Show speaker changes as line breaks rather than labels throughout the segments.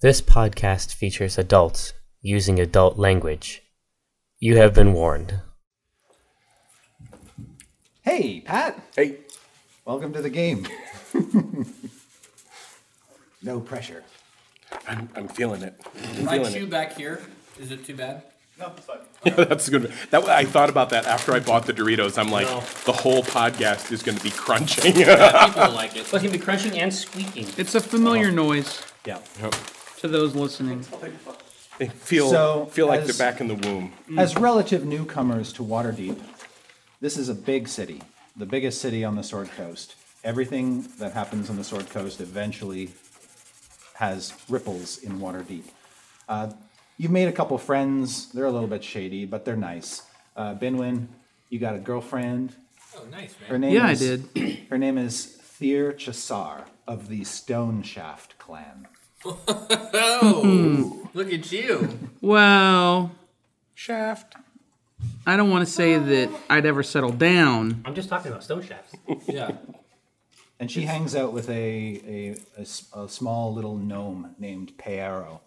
This podcast features adults using adult language. You have been warned.
Hey, Pat.
Hey,
Welcome to the game. no pressure.
I'm, I'm feeling it. I'm
My
feeling
chew
it.
back here. Is it too bad?
That's good. That I thought about that after I bought the Doritos. I'm like,
No.
the whole podcast is going to be crunching.
People like it.
But he'd be crunching and squeaking.
It's a familiar noise
yeah.
to those listening.
They feel
So,
feel like
as-
they're back in the womb.
As relative newcomers to Waterdeep, this is a big city, the biggest city on the Sword Coast. Everything that happens on the Sword Coast eventually has ripples in Waterdeep. Uh, you've made a couple friends. They're a little bit shady, but they're nice. Uh, Binwin, you got a girlfriend.
Oh, nice,
Her
man.
name
Yeah, I
is,
did.
Her name is Thier Chassar of the Stone Shaft clan.
Oh, look at you.
Well,
Shaft.
I don't want to say that I'd ever settle down.
I'm just talking about stone shafts.
Yeah.
And she hangs out with a, a, a s- a small little gnome named Pearo.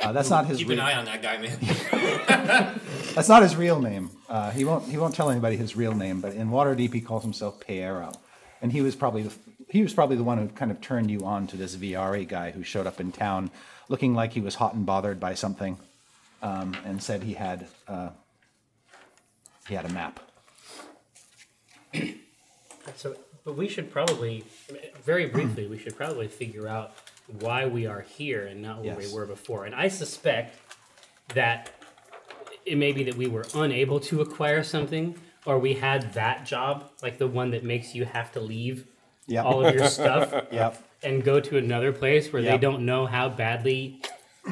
Uh, that's not his.
Keep an
Re-
eye on that guy, man.
that's not his real name. Uh, he won't. He won't tell anybody his real name. But in Waterdeep, he calls himself Pearo, and he was probably the, he was probably the one who kind of turned you on to this Viari guy who showed up in town, looking like he was hot and bothered by something, um, and said he had uh, he had a map.
So, but we should probably, very briefly, we should probably figure out why we are here and not where
Yes.
we were before. And I suspect that it may be that we were unable to acquire something, or we had that job, like the one that makes you have to leave
Yep.
all of your stuff
Yep.
and go to another place where
Yep.
they don't know how badly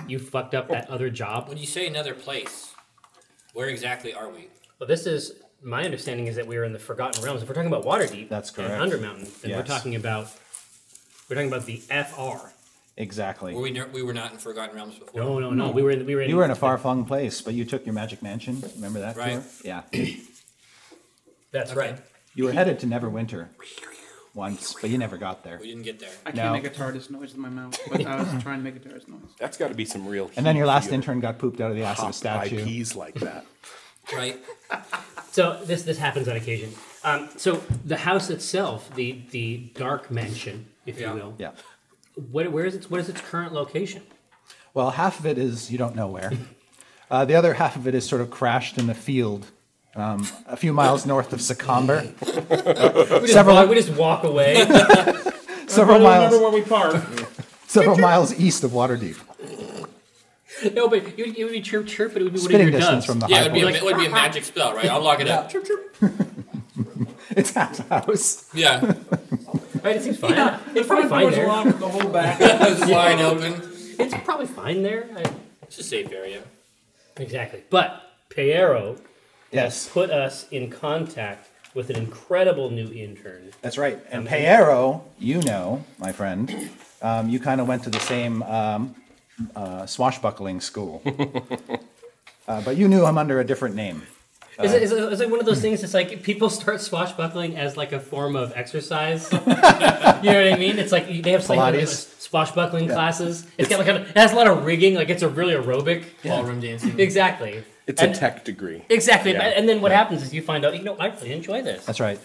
you fucked up that other job.
When you say another place, where exactly are we?
Well, this is my understanding is that we are in the Forgotten Realms. If we're talking about Waterdeep,
That's correct.
and Undermountain, then we're
Yes.
talking about we're talking about the FR.
Exactly.
Were we ne- we were not in Forgotten Realms before.
No, no, no. We were in, we Mm-hmm. were in,
You were in a far flung place, but you took your magic mansion. Remember that?
Right.
tour? Yeah.
That's right.
You were headed to Neverwinter once, but you never got there.
We didn't get there.
I
No.
can't make a TARDIS noise in my mouth, but I was trying to make a TARDIS noise.
That's got to be some real.
And then your last
intern
intern got pooped out of the ass of a statue.
IPs like that.
Right.
So this this happens on occasion. Um, so the house itself, the the dark mansion, if
Yeah.
you will.
Yeah.
What, where is its what is its current location?
Well, half of it is you don't know where. Uh, the other half of it is sort of crashed in the field, um, a few miles north of Sacomber.
We just,
Several-
walk, we just walk away.
Several miles,
we park.
several miles east of Waterdeep.
no, but it would, it would be chirp chirp, but it would be one
Spitting
of your
distance
doves.
from the
Yeah,
high
it'd be, a,
point.
it would be a magic spell, right? I'll lock it up. Chirp, chirp.
It's half house.
Yeah.
Right, it seems fine. it's probably fine there.
it's wide open.
It's probably fine there. I,
It's a safe area.
exactly. But Piero
Yes,
put us in contact with an incredible new intern.
that's right. And Peero, you know, my friend, um, you kind of went to the same um, uh, swashbuckling school. Uh, but you knew him under a different name.
Is it, is, it, is it one of those things? It's like people start swashbuckling as like a form of exercise. you know what I mean? It's like they have something like
Pilates.
swashbuckling classes. it's got like a, it has a lot of rigging. Like it's a really aerobic.
Ballroom dancing.
Exactly.
It's
and,
a tech degree.
Exactly.
Yeah.
And then what happens is you find out, you know, I really enjoy this.
That's right.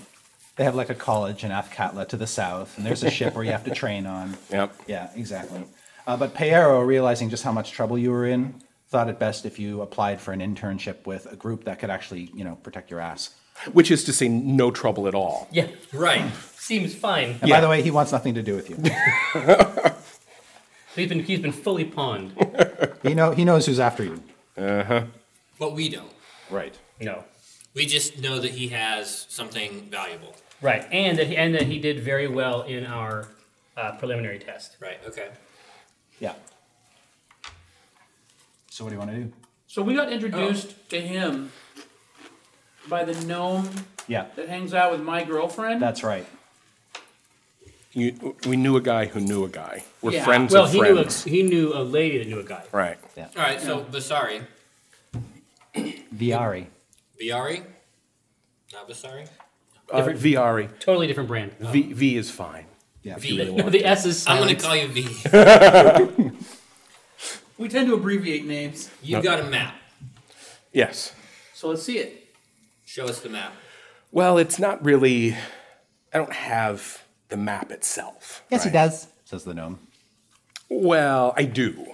They have like a college in Afkatla to the south, and there's a ship where you have to train on.
Yep.
Yeah, exactly. Uh, but Peero, realizing just how much trouble you were in, thought it best if you applied for an internship with a group that could actually, you know, protect your ass.
Which is to say, no trouble at all.
Yeah.
Right.
Seems fine.
And by
Yeah.
the way, he wants nothing to do with you.
He's been he's been fully pawned.
he know he knows who's after you.
But we don't.
Right.
No.
We just know that he has something valuable.
Right. And that he, and that he did very well in our uh, preliminary test.
Right. Okay.
Yeah. So what do you want to do?
So we got introduced to him by the gnome
Yeah,
that hangs out with my girlfriend.
that's right.
You, we knew a guy who knew a guy. We're
Yeah.
friends
Well,
of
he knew a,
friends.
he knew a lady that knew a guy.
Right.
All right. So Basari,
Viari.
Biari, not Basari.
Uh, Viari.
Totally different brand.
V, v is fine.
Yeah.
V.
No, the S is
I'm
silent.
gonna call you V.
We tend to abbreviate names,
You've got a map.
Yes.
so let's see it.
Show us the map.
Well, it's not really. I don't have the map itself.
Yes, he
right?
does.
says the gnome.
Well, I do.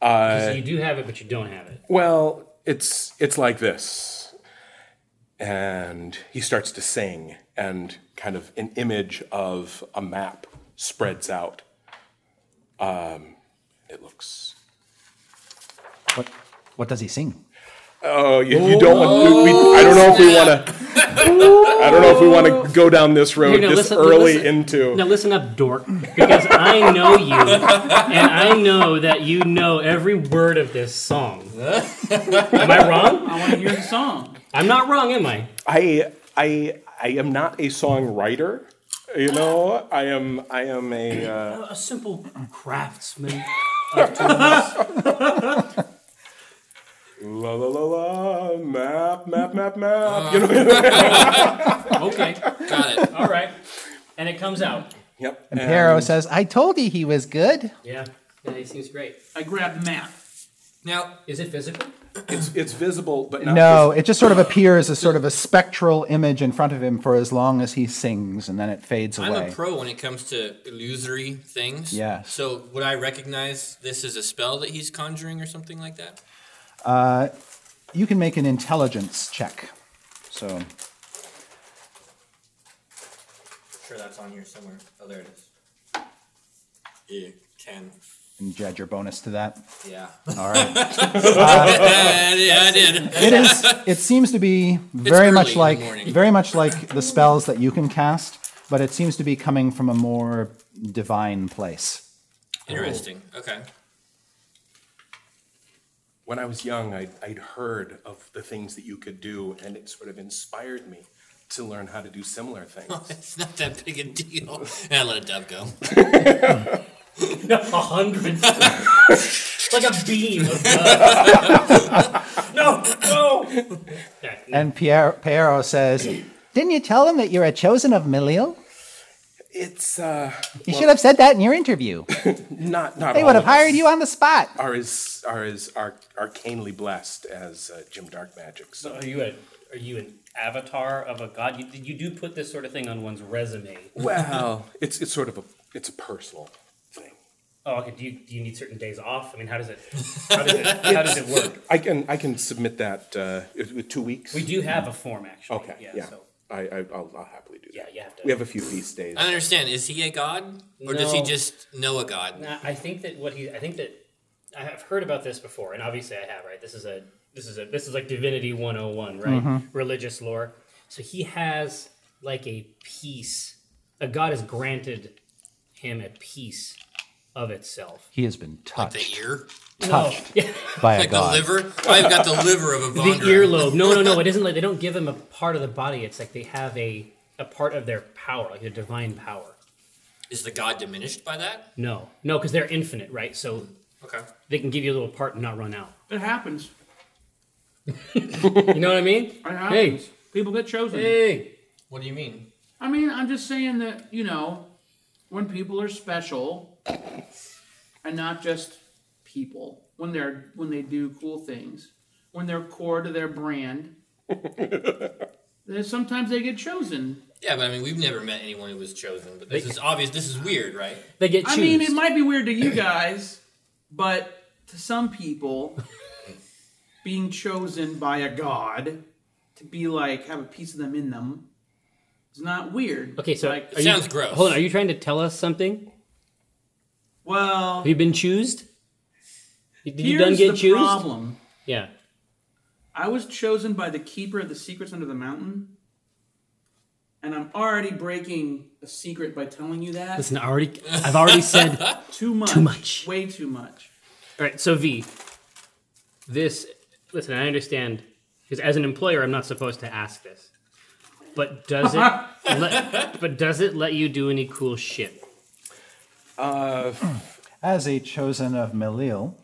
so you do have it, but you don't have it.
Well, it's it's like this. And he starts to sing and kind of an image of a map spreads out. Um, it looks
What, what does he sing?
Oh, you, you don't want we, we, I don't know if we want to I don't know if we want to go down this road
Here, now
this
listen-
early
listen-
into
Now listen up, dork, because I know you, and I know that you know every word of this song. am I wrong?
I want to hear the song.
I'm not wrong, am I?
I I I am not a songwriter. You know, I am I am a uh,
A simple craftsman.
la la la la map map map map. You know,
Okay,
Got it.
all right, and it comes out.
Yep.
Um,
And Pero says, I told you he was good.
Yeah, yeah, he seems great.
I grabbed map.
Now,
Is it physical?
It's, it's visible, but not
No,
Visible.
it just sort of appears as sort of a spectral image in front of him for as long as he sings, and then it fades
I'm
away.
a pro when it comes to illusory things.
Yeah.
So would I recognize this as a spell that he's conjuring or something like that?
you can make an intelligence check. So
sure that's on here somewhere. Oh, there it is. Yeah, ten.
and you add your bonus to that.
Yeah.
All right.
yeah, I did.
it is. It seems to be very
early
much
in the
like
morning.
very much like the spells that you can cast, but it seems to be coming from a more divine place.
Interesting. Okay.
When I was young, I'd, I'd heard of the things that you could do, and it sort of inspired me to learn how to do similar things.
It's not that big a deal. Yeah, let a dove go.
No, a hundred. like a beam. Of no, no.
And Pierre Piero says,
Didn't you tell him that you're a chosen of Miliel?
it's uh,
You should have said that in your interview.
not not.
They
all
would have
of us
hired you on the spot.
Are as are as arc, arcanely blessed as uh, Jim Dark Magic. So
Are you a? Are you an avatar of a god? You, you do put this sort of thing on one's resume.
well, it's it's sort of a it's a personal thing.
Oh, okay. Do you do you need certain days off? I mean, how does it? How does it? How does it work?
I can I can submit that uh, with with two weeks.
We do have a form actually.
okay, yeah.
So,
I, I I'll, I'll happily do that.
yeah, you have to.
We have a few feast days.
I don't understand. Is he a god, or does he
No.
just know a god?
Nah, I think that what he. I think that I have heard about this before, and obviously I have. Right. This is a. This is a. This is like divinity one hundred and one. Right.
Mm-hmm.
Religious lore. So he has like a piece. A god has granted him a piece of itself.
"He has been
The
touched
ear,
touched
No, yeah,
by a
like
god."
the liver. I've got the liver of a
the
Vondra.
earlobe. No, no, no. It isn't like they don't give him a part of the body. It's like they have a a part of their power, like a divine power.
Is the god diminished by that?
No, no, because they're infinite, right? So
Okay.
they can give you a little part and not run out.
It happens.
You know what I mean?
It
hey,
happens. People get chosen.
hey,
What do you mean?
I mean, I'm just saying that, you know, when people are special and not just people, when they're when they do cool things, when they're core to their brand, then sometimes they get chosen.
Yeah, but I mean, we've never met anyone who was chosen. But this is obvious. This is weird, right?
they get
I
choose.
mean, it might be weird to you guys, but to some people being chosen by a god to be like have a piece of them in them is not weird.
okay, so
like,
are you-
sounds gross.
Hold on, are you trying to tell us something?
well,
Have you been choosed? Did you
here's
done get
the
choosed?
problem.
Yeah.
I was chosen by the keeper of the secrets under the mountain, and I'm already breaking a secret by telling you that.
Listen, I already, I've already said. All
too much.
too much.
Way too much.
right, so V, this. Listen, I understand because as an employer, I'm not supposed to ask this, but does it? let, but does it let you do any cool shit?
Uh,
As a chosen of Melil,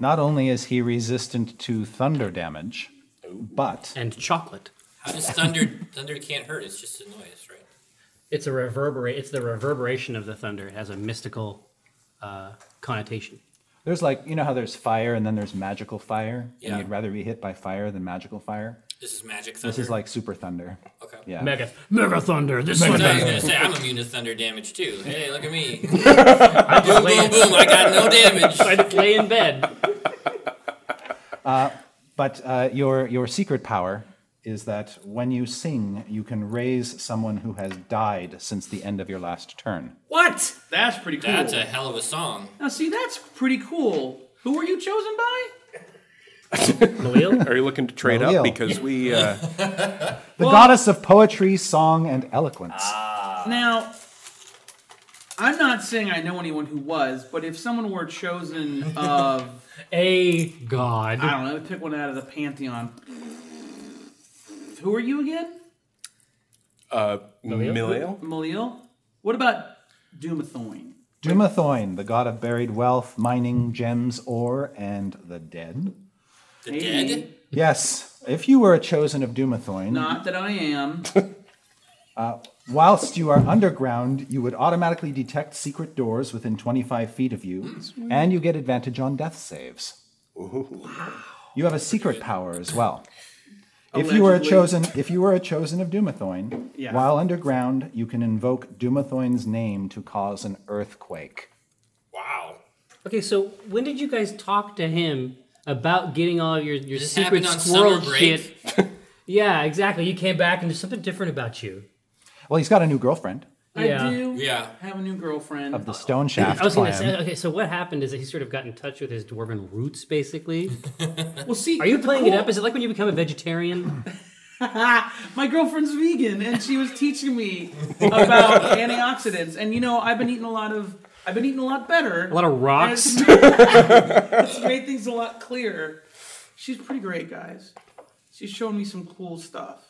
not only is he resistant to thunder damage,
Oh.
but
And chocolate.
How does thunder? thunder can't hurt. It's just a noise, right?
It's a reverberate. It's the reverberation of the thunder. It has a mystical uh, connotation.
There's like you know how there's fire and then there's magical fire,
Yeah.
and you'd rather be hit by fire than magical fire.
This is magic thunder.
This is like super thunder.
Okay.
Yeah.
Mega, mega thunder. This one.
No, I was gonna say I'm immune to thunder damage too. Hey, look at me! boom, boom, boom! I got no damage.
I lay in bed.
But uh, your your secret power is that when you sing, you can raise someone who has died since the end of your last turn.
What? That's pretty cool.
That's a hell of a song.
now see, that's pretty cool. Who were you chosen by?
Malil?
Are you looking to trade
Malil.
up? Because we uh,
The goddess of poetry, song, and eloquence.
Now, I'm not saying I know anyone who was, but if someone were chosen of,
A god.
I don't know, pick one out of the pantheon. Who are you again,
uh, Malil.
Malil? What about Dumathoin?
Dumathoin, the god of buried wealth, mining, gems, ore, and the dead.
The
Maybe.
dead.
Yes, if you were a chosen of Dumathoin,
Not that I am.
whilst you are underground, you would automatically detect secret doors within 25 feet of you, and you get advantage on death saves. You have a secret power as well. If you were a
Allegedly.
chosen, if you were a chosen of Dumathoin,
Yeah.
while underground, you can invoke Dumathoin's name to cause an earthquake.
Wow.
Okay, so when did you guys talk to him about getting all your, your
This
secret
happened on
squirrel
summer break.
shit? yeah, exactly. You came back and there's something different about you.
Well, he's got a new girlfriend
Yeah.
I do
Yeah.
have a new girlfriend.
of the Stone Shaft
I was going to
clan.
say, uh, okay, so what happened is that he sort of got in touch with his dwarven roots, basically.
well, see,
Are you
the
playing
cool-
it up? Is it like when you become a vegetarian?
My girlfriend's vegan, and she was teaching me about antioxidants. And you know, I've been eating a lot of, I've been eating a lot better.
A lot of rocks?
It's it's made things a lot clearer. She's pretty great, guys. She's shown me some cool stuff.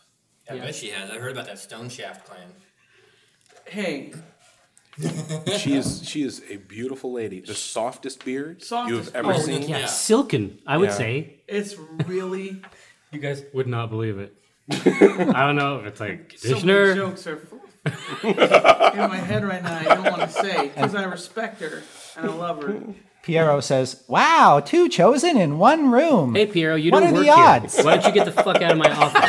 I bet she has. I heard about that Stone Shaft clan.
Hey,
She is she is a beautiful lady. The softest beard you
Softest
have ever
beard.
seen.
Oh, Yeah,
Yeah.
silken, I would
Yeah.
say.
it's really
You guys would not believe it. I don't know if it's like
so many
conditioner.
jokes are in my head right now. I don't want to say because I respect her and I love her.
Piero says, Wow, two chosen in one room.
Hey Piero, you
What
don't
are
work
the
here.
odds?
Why don't you get the fuck out of my office?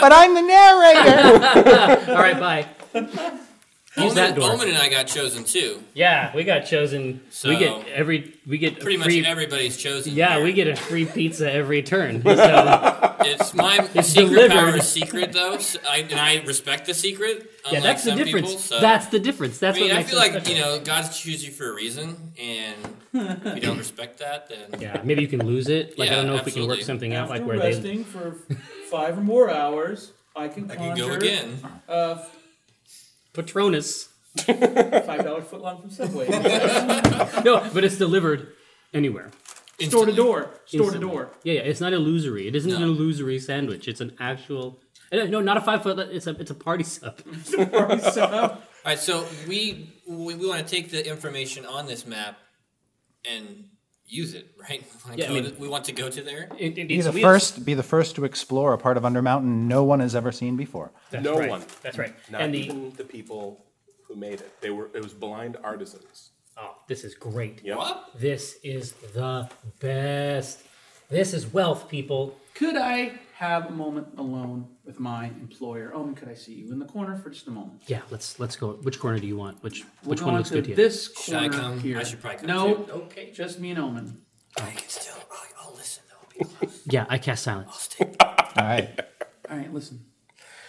But I'm the narrator.
All right, bye. Use
Bowman,
that door.
Bowman and I got chosen too.
Yeah, we got chosen.
So-
we get every we get a
Pretty much
free,
everybody's chosen.
Yeah,
here.
we get a free pizza every turn. So
It's my secret
delivered.
power is secret though, so I, and I respect the secret.
yeah,
unlike
that's the
some
difference.
People, so.
That's the difference. That's
I mean,
what
I
makes
feel
us
like
special.
you know God chooses you for a reason, and if you don't respect that, then
Yeah, maybe you can lose it. Like I
Yeah,
don't know if we can work
absolutely.
something out, like
After
where they.
resting for five or more hours, I can
I can
conjure
go again.
a
Patronus.
five dollar foot long from Subway,
No, but it's delivered anywhere.
store to
Instantly.
door, store to
Instantly.
door.
Yeah, yeah, it's not illusory. It isn't an
No.
illusory sandwich. It's an actual. uh, No, not a five foot. It's a it's a party sub.
So,
All right, so we we, we want to take the information on this map and use it, right? We wanna
Yeah, I
go
mean-
to- we want to go to there.
It, it,
Be
it's
the
weird.
first, be the first to explore a part of Undermountain no one has ever seen before.
That's
No
right.
one.
That's right.
Not
and the
even the people who made it. They were it was blind artisans.
oh, this is great.
Yeah.
What?
This is the best. This is wealth, people.
could I have a moment alone with my employer? Oh, and could I see you in the corner for just a moment?
Yeah, let's let's go. Which corner do you want? Which
We'll
which
go
one
on
looks
to
good to you?
This
Should I
corner
come? I
here.
should probably come
No,
too. Okay.
just me and Omen.
I can still. I'll, I'll listen. I'll be close.
Yeah, I cast silence
All right.
All right, listen.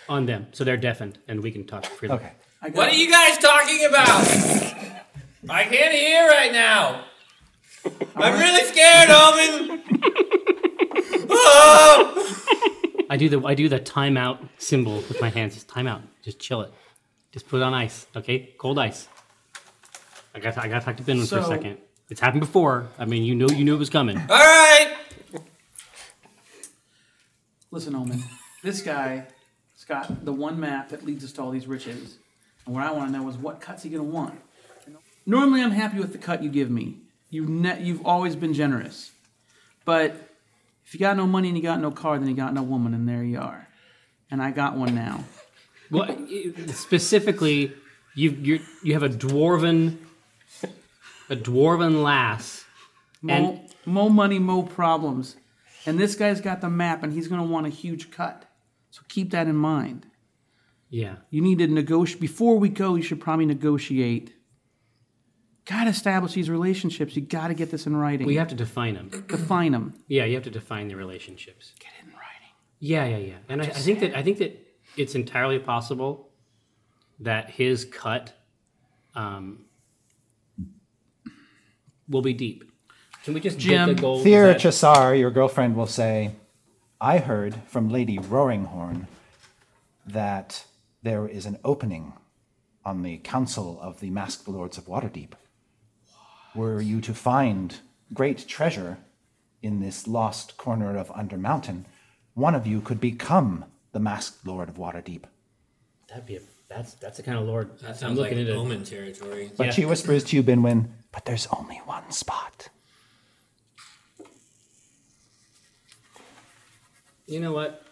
on them, so they're deafened, and we can talk freely.
Okay.
I got
what are you guys talking about? I can't hear right now. I'm really scared, Alvin. oh!
I do the I do the timeout symbol with my hands. Just timeout. Just chill it. Just put it on ice. Okay, cold ice. I got I got to talk to Benwin
So-
for a second. It's happened before. I mean, you knew you knew it was coming.
All right.
Listen, Omen. This guy has got the one map that leads us to all these riches. And what I want to know is what cut's he going to want? Normally, I'm happy with the cut you give me. You've, ne- you've always been generous. But if you got no money and you got no car, then you got no woman, and there you are. And I got one now.
Well, i- specifically, you you you have a dwarven a dwarven lass.
Mo,
And-
mo money, mo problems. And this guy's got the map, and he's going to want a huge cut. So keep that in mind.
Yeah.
You need to negotiate. Before we go, you should probably negotiate. Got to establish these relationships. You got to get this in writing.
Well, you have to define them.
define them.
Yeah, you have to define the relationships.
Get it in writing.
Yeah, yeah, yeah. And I, I think that I think that it's entirely possible that his cut um, will be deep. Can we just
Jim,
get the goal? is
Thea
that-
Chassar,
Your girlfriend will say, I heard from Lady Roaringhorn that there is an opening on the Council of the Masked Lords of Waterdeep. Were you to find great treasure in this lost corner of Undermountain, one of you could become the Masked Lord of Waterdeep.
That'd be a, that's that's the kind of lord
That sounds
I'm looking
like
into.
omen territory.
But she whispers to you, Binwin, but there's only one spot.
You know what?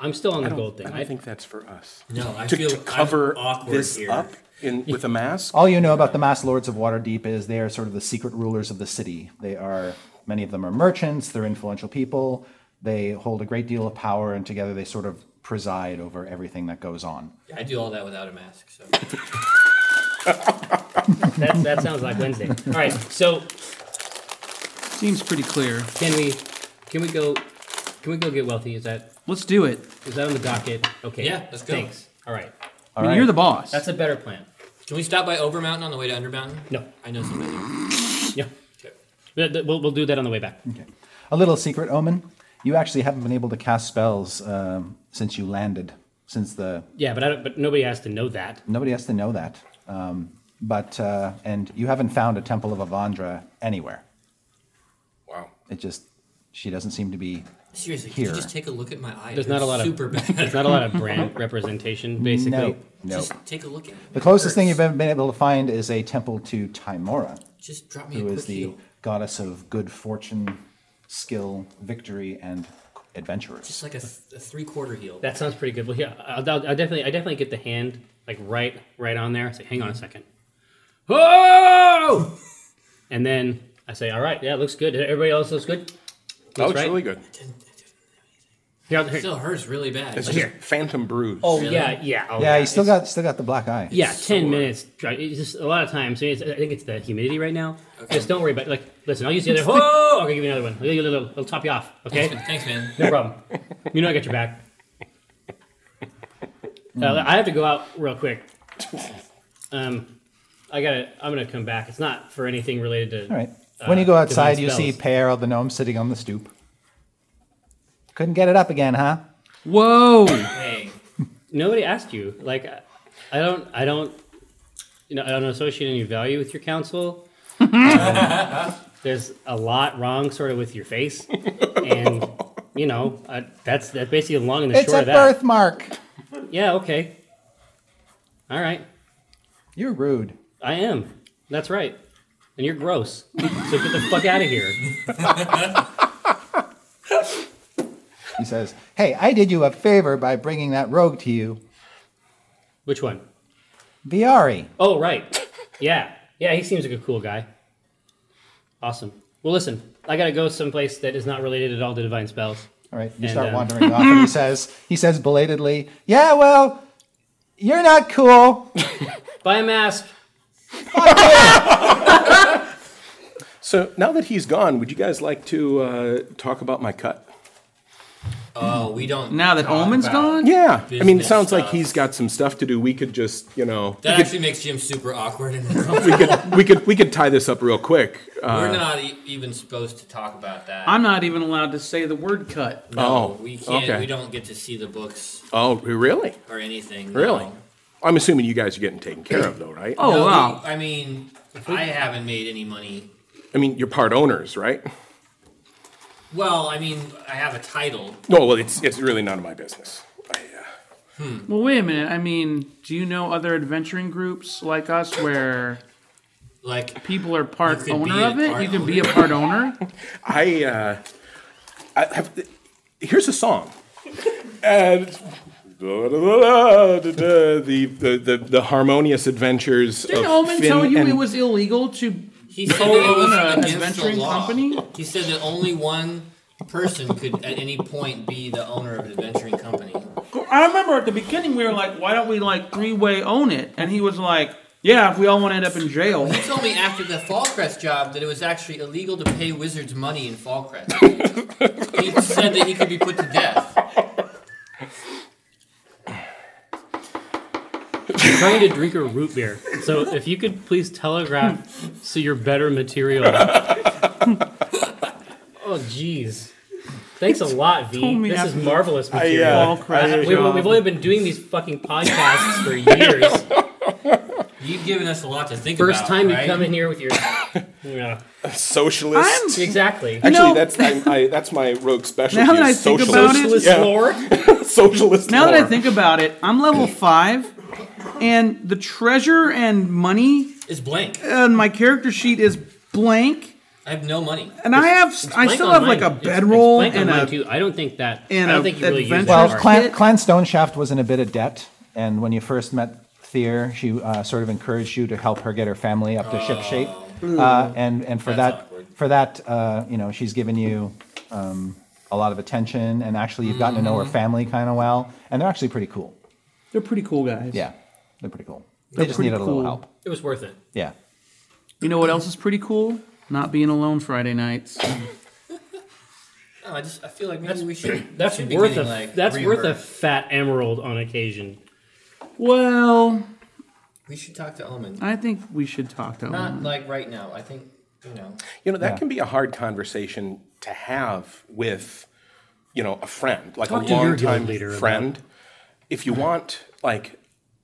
I'm still on the gold thing.
I
I,
don't think that's for us.
No, I
to,
feel
to cover
I'm awkward
this
here.
up in with a mask.
All you know about the Mass Lords of Waterdeep is they are sort of the secret rulers of the city. They are, many of them are merchants, they're influential people, they hold a great deal of power, and together they sort of preside over everything that goes on.
I do all that without a mask. So
that, that sounds like Wednesday. All right, so
Seems pretty clear.
can we can we go can we go get wealthy? Is that
Let's do it.
is that on the docket? Okay.
Yeah, let's go.
Thanks. All right.
I mean, you're the boss.
That's a better plan.
can we stop by Overmountain on the way to Undermountain?
No.
I know somebody.
Yeah.
Okay.
We'll, we'll- we'll do that on the way back.
A little secret omen you actually haven't been able to cast spells um, since you landed, since the
Yeah, but I don't, but nobody has to know that.
Nobody has to know that. Um, but uh, and you haven't found a temple of Avandra anywhere.
Wow.
It just she doesn't seem to be.
Seriously, can
Here.
you just take a look at my eyes?
There's not a lot of-
super bad.
There's not a lot of brand representation, basically.
No, no.
Just take a look at.
the closest thing you've ever been able to find is a temple to Timora,
Just drop me a
who
quick
is the
heal.
goddess of good fortune, skill, victory, and adventurers.
Just like a, th- a three quarter heal.
That sounds pretty good. Well, yeah, I'll, I'll, I'll definitely, I definitely get the hand like right, right on there. I say, hang on a second. Oh! and then I say, all right, yeah, looks good. Everybody else looks good.
That looks
right.
Oh, really good.
Here, here.
Still hurts really bad.
It's
Like,
just phantom bruise.
oh yeah, yeah, oh,
Yeah, you still
It's-
got still got the black eye.
Yeah, ten minutes. dry- It's just a lot of time. So it's, I think it's the humidity right now. Just don't worry about. it. Like, listen, I'll use the other. Oh, okay, give me another one. It'll, it'll- it'll top you off. Okay.
thanks, man. Thanks, man.
No problem. You know I got your back. Uh, I have to go out real quick. Um, I gotta. I'm gonna come back. It's not for anything related to.
All right. When you go
Uh,
outside, you
divine
see
spells.
Pear the gnome sitting on the stoop. Couldn't get it up again, huh?
Whoa.
Hey,
Nobody asked you. Like, I- I don't. I don't. You know, I don't associate any value with your counsel. Um, there's a lot wrong, sort of, with your face, and you know, I, that's that's basically the long and the
it's
short
a
of that.
birthmark.
Yeah. Okay. All right.
You're rude.
I am. That's right. And you're gross. so get the fuck out of here.
He says, "Hey, I did you a favor by bringing that rogue to you,
Which one?
Viari."
Oh, right. Yeah. Yeah, he seems like a cool guy. Awesome. Well, listen, I gotta go someplace that is not related at all to divine spells.
All right, you
And,
start
um,
wandering off, and he says, he says belatedly, "Yeah, well, you're not cool."
Buy a mask.
So now that he's gone, would you guys like to uh, talk about my cut?
oh, we don't.
Now that
talk
Omen's
about-
gone?
Yeah. I mean, it
Business
sounds like
stuff.
he's got some stuff to do. We could just, you know,
That actually makes Jim super awkward. And uncomfortable.
we could we could tie this up real quick. Uh,
We're not e- even supposed to talk about that.
I'm not even allowed to say the word cut.
no,
Oh,
we can't.
okay.
We don't get to see the books
oh, really?
or anything. no.
Really? I'm assuming you guys are getting taken care of, though, right?
Oh,
No, we-
wow.
I mean, I haven't made any money.
I mean, you're part owners, right?
Well, I mean, I have a title.
No, well, it's it's really none of my business. I, uh,
Well, wait a minute. I mean, do you know other adventuring groups like us where
Like,
people are part
You could be
owner
a
of it?
part
You can be a
owner.
part owner.
I, uh, I have. Here's a song. And the, the, the, the harmonious adventures
Didn't
of
Omen
Finn
tell you
and
it was illegal to
He said that it
co-own
was
an
against the
adventuring
law.
company?
He said that only one person could at any point be the owner of an adventuring company.
I remember at the beginning we were like, why don't we like three way own it? And he was like, yeah, if we all want to end up in jail.
He told me after the Fallcrest job that it was actually illegal to pay wizards money in Fallcrest. he said that he could be put to death.
trying to drink a root beer. So if you could please telegraph so you're better material. oh jeez. Thanks a lot, V.
told me
This is
after-
marvelous material. Uh,
yeah.
All crap.
we, have only been doing these fucking podcasts for years.
You've given us a lot to think
First
about.
time
right?
you come in here with your yeah,
socialist.
I'm-
exactly
Actually,
No.
that's I'm, I, that's my rogue specialty.
Now that I
is
think about
socialist,
socialist
Yeah.
lore.
socialist.
Now that I
lore.
think about it, I'm level five, and the treasure and money
It's blank.
on my character sheet is blank.
I have no money.
And I have, I
Blank
still
on
have
mine.
like a
It's- it's
bedroll
blank on
and
mine,
a.
too. I don't think that. I
and
don't
a
think you really use
adventure-
that
Well,
part.
cla-
Clan, Clan Stoneshaft was in a bit of debt, and when you first met Thier, she uh, sort of encouraged you to help her get her family up to ship shape, uh, and and for
That's
that
awkward.
for that uh, you know she's given you um, a lot of attention, and actually you've gotten to know her family kind of well, and they're actually pretty cool.
They're pretty cool guys.
Yeah, they're pretty cool. They just
pretty
needed a little
cool.
help.
It was worth it.
Yeah.
You know what else is pretty cool? Not being alone Friday nights.
No, I just I feel like maybe we should.
That's
should be
worth a
getting, like,
that's worth a
reimbursed.
fat emerald on occasion.
well,
We should talk to Omen.
I think we should talk to
Not
him.
like right now. I think you know.
you know that can be a hard conversation to have with you know a friend, like
Talk
a
to your
long time
guild leader about-
friend. If you want, like,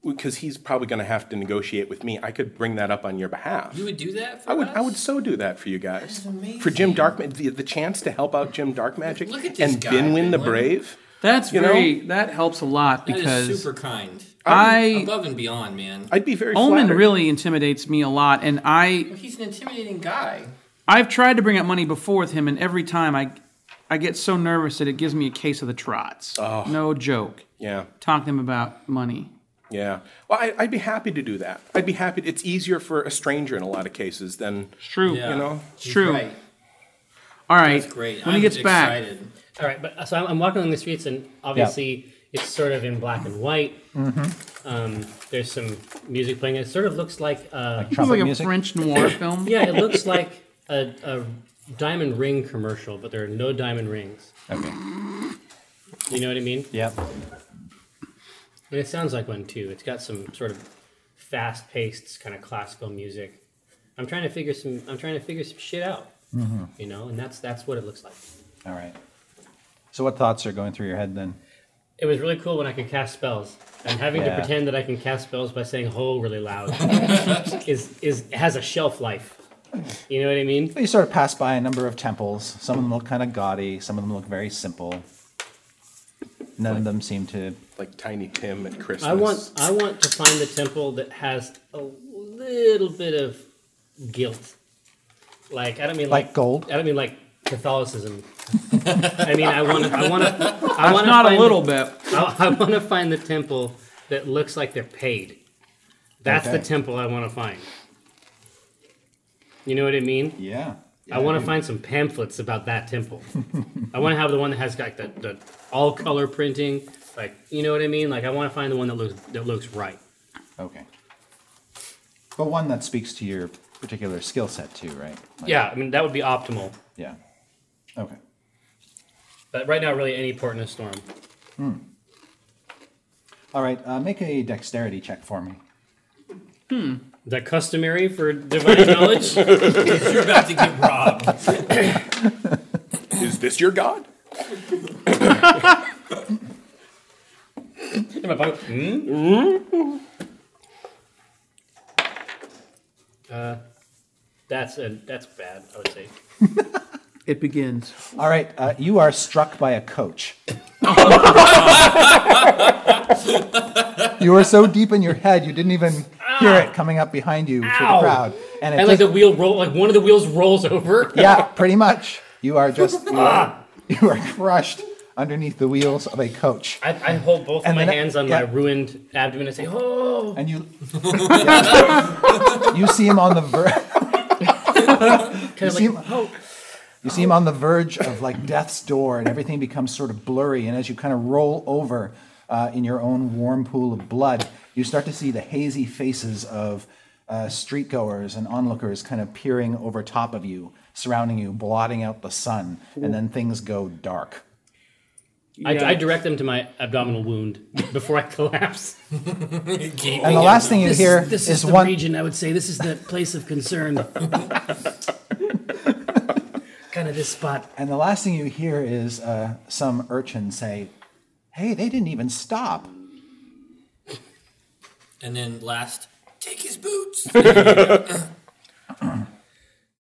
because he's probably going to have to negotiate with me, I could bring that up on your behalf.
You would do that. For
I would,
us?
I would so do that for you guys.
amazing.
For Jim Dark, the, the chance to help out Jim Dark Magic
Look at this
and
guy,
Binwin the
Binwin.
Brave.
That's
You know?
very, that helps a lot
That is
because
super kind.
I,
Above and beyond, man.
I'd be very
Omen
flattered.
really intimidates me a lot, and I
He's an intimidating guy.
I've tried to bring up money before with him, and every time I, I get so nervous that it gives me a case of the trots. No joke.
Yeah,
Talk to him about money.
yeah. Well, I, I'd be happy to do that. I'd be happy. It's easier for a stranger in a lot of cases than
It's true.
Yeah.
you know.
It's true.
Right.
All right.
Great.
When
I'm
he gets back,
excited.
All right, but so I'm, I'm walking along the streets, and obviously it's sort of in black and white.
Mm-hmm.
Um, there's some music playing. It sort of looks like, uh,
it's
Trumpet
like a
music.
French noir film.
yeah, it looks like a, a diamond ring commercial, but there are no diamond rings.
Okay.
You know what I mean?
Yep.
And it sounds like one too. It's got some sort of fast-paced kind of classical music. I'm trying to figure some. I'm trying to figure some shit out. You know, and that's that's what it looks like.
All right. So what thoughts are going through your head then?
It was really cool when I could cast spells, and having
Yeah.
to pretend that I can cast spells by saying "ho" really loud is is has a shelf life. You know what I mean?
You sort of pass by a number of temples. Some of them look kind of gaudy. Some of them look very simple. None of them seem to.
Like Tiny Tim at Christmas.
I want I want to find the temple that has a little bit of guilt. Like I don't mean like,
Like gold?
I don't mean like Catholicism. I mean I want to I want to I want to
Not a little bit.
I, I want to find the temple that looks like they're paid. That's
Okay.
the temple I want to find. You know what I mean?
Yeah.
I want to find some pamphlets about that temple. I want to have the one that has like the, the all color printing, like you know what I mean. Like I want to find the one that looks that looks right.
Okay. But one that speaks to your particular skill set too, right? Like-
Yeah, I mean that would be optimal.
Yeah. Okay.
But right now, really, any port in a storm.
All right. Uh, make a dexterity check for me.
Is that customary for divine knowledge?
You're about to get robbed.
Is this your god?
In my pocket. Hmm? Uh, that's a, that's bad. I would say.
It begins.
All right. Uh, you are struck by a coach. you were so deep in your head, you didn't even hear it coming up behind you through the
Ow.
crowd, and it
And like
just
the wheel roll, like one of the wheels rolls over.
yeah, pretty much. You are just you are, you are crushed underneath the wheels of a coach.
I, I hold both
And
my
then I-
hands on
yeah.
my ruined abdomen and say, "Oh,
And you, Yeah. you see him on the verge.
kind of
see
like, oh,
You see him on the verge of like death's door, and everything becomes sort of blurry. And as you kind of roll over uh, in your own warm pool of blood, you start to see the hazy faces of uh, streetgoers and onlookers kind of peering over top of you, surrounding you, blotting out the sun, and then things go dark.
I, I direct them to my abdominal wound before I collapse."
And the last thing you hear is one.
region. I would say this is the place of concern. kind of this spot.
And the last thing you hear is uh, some urchin say, "Hey, they didn't even stop."
And then last, take his boots.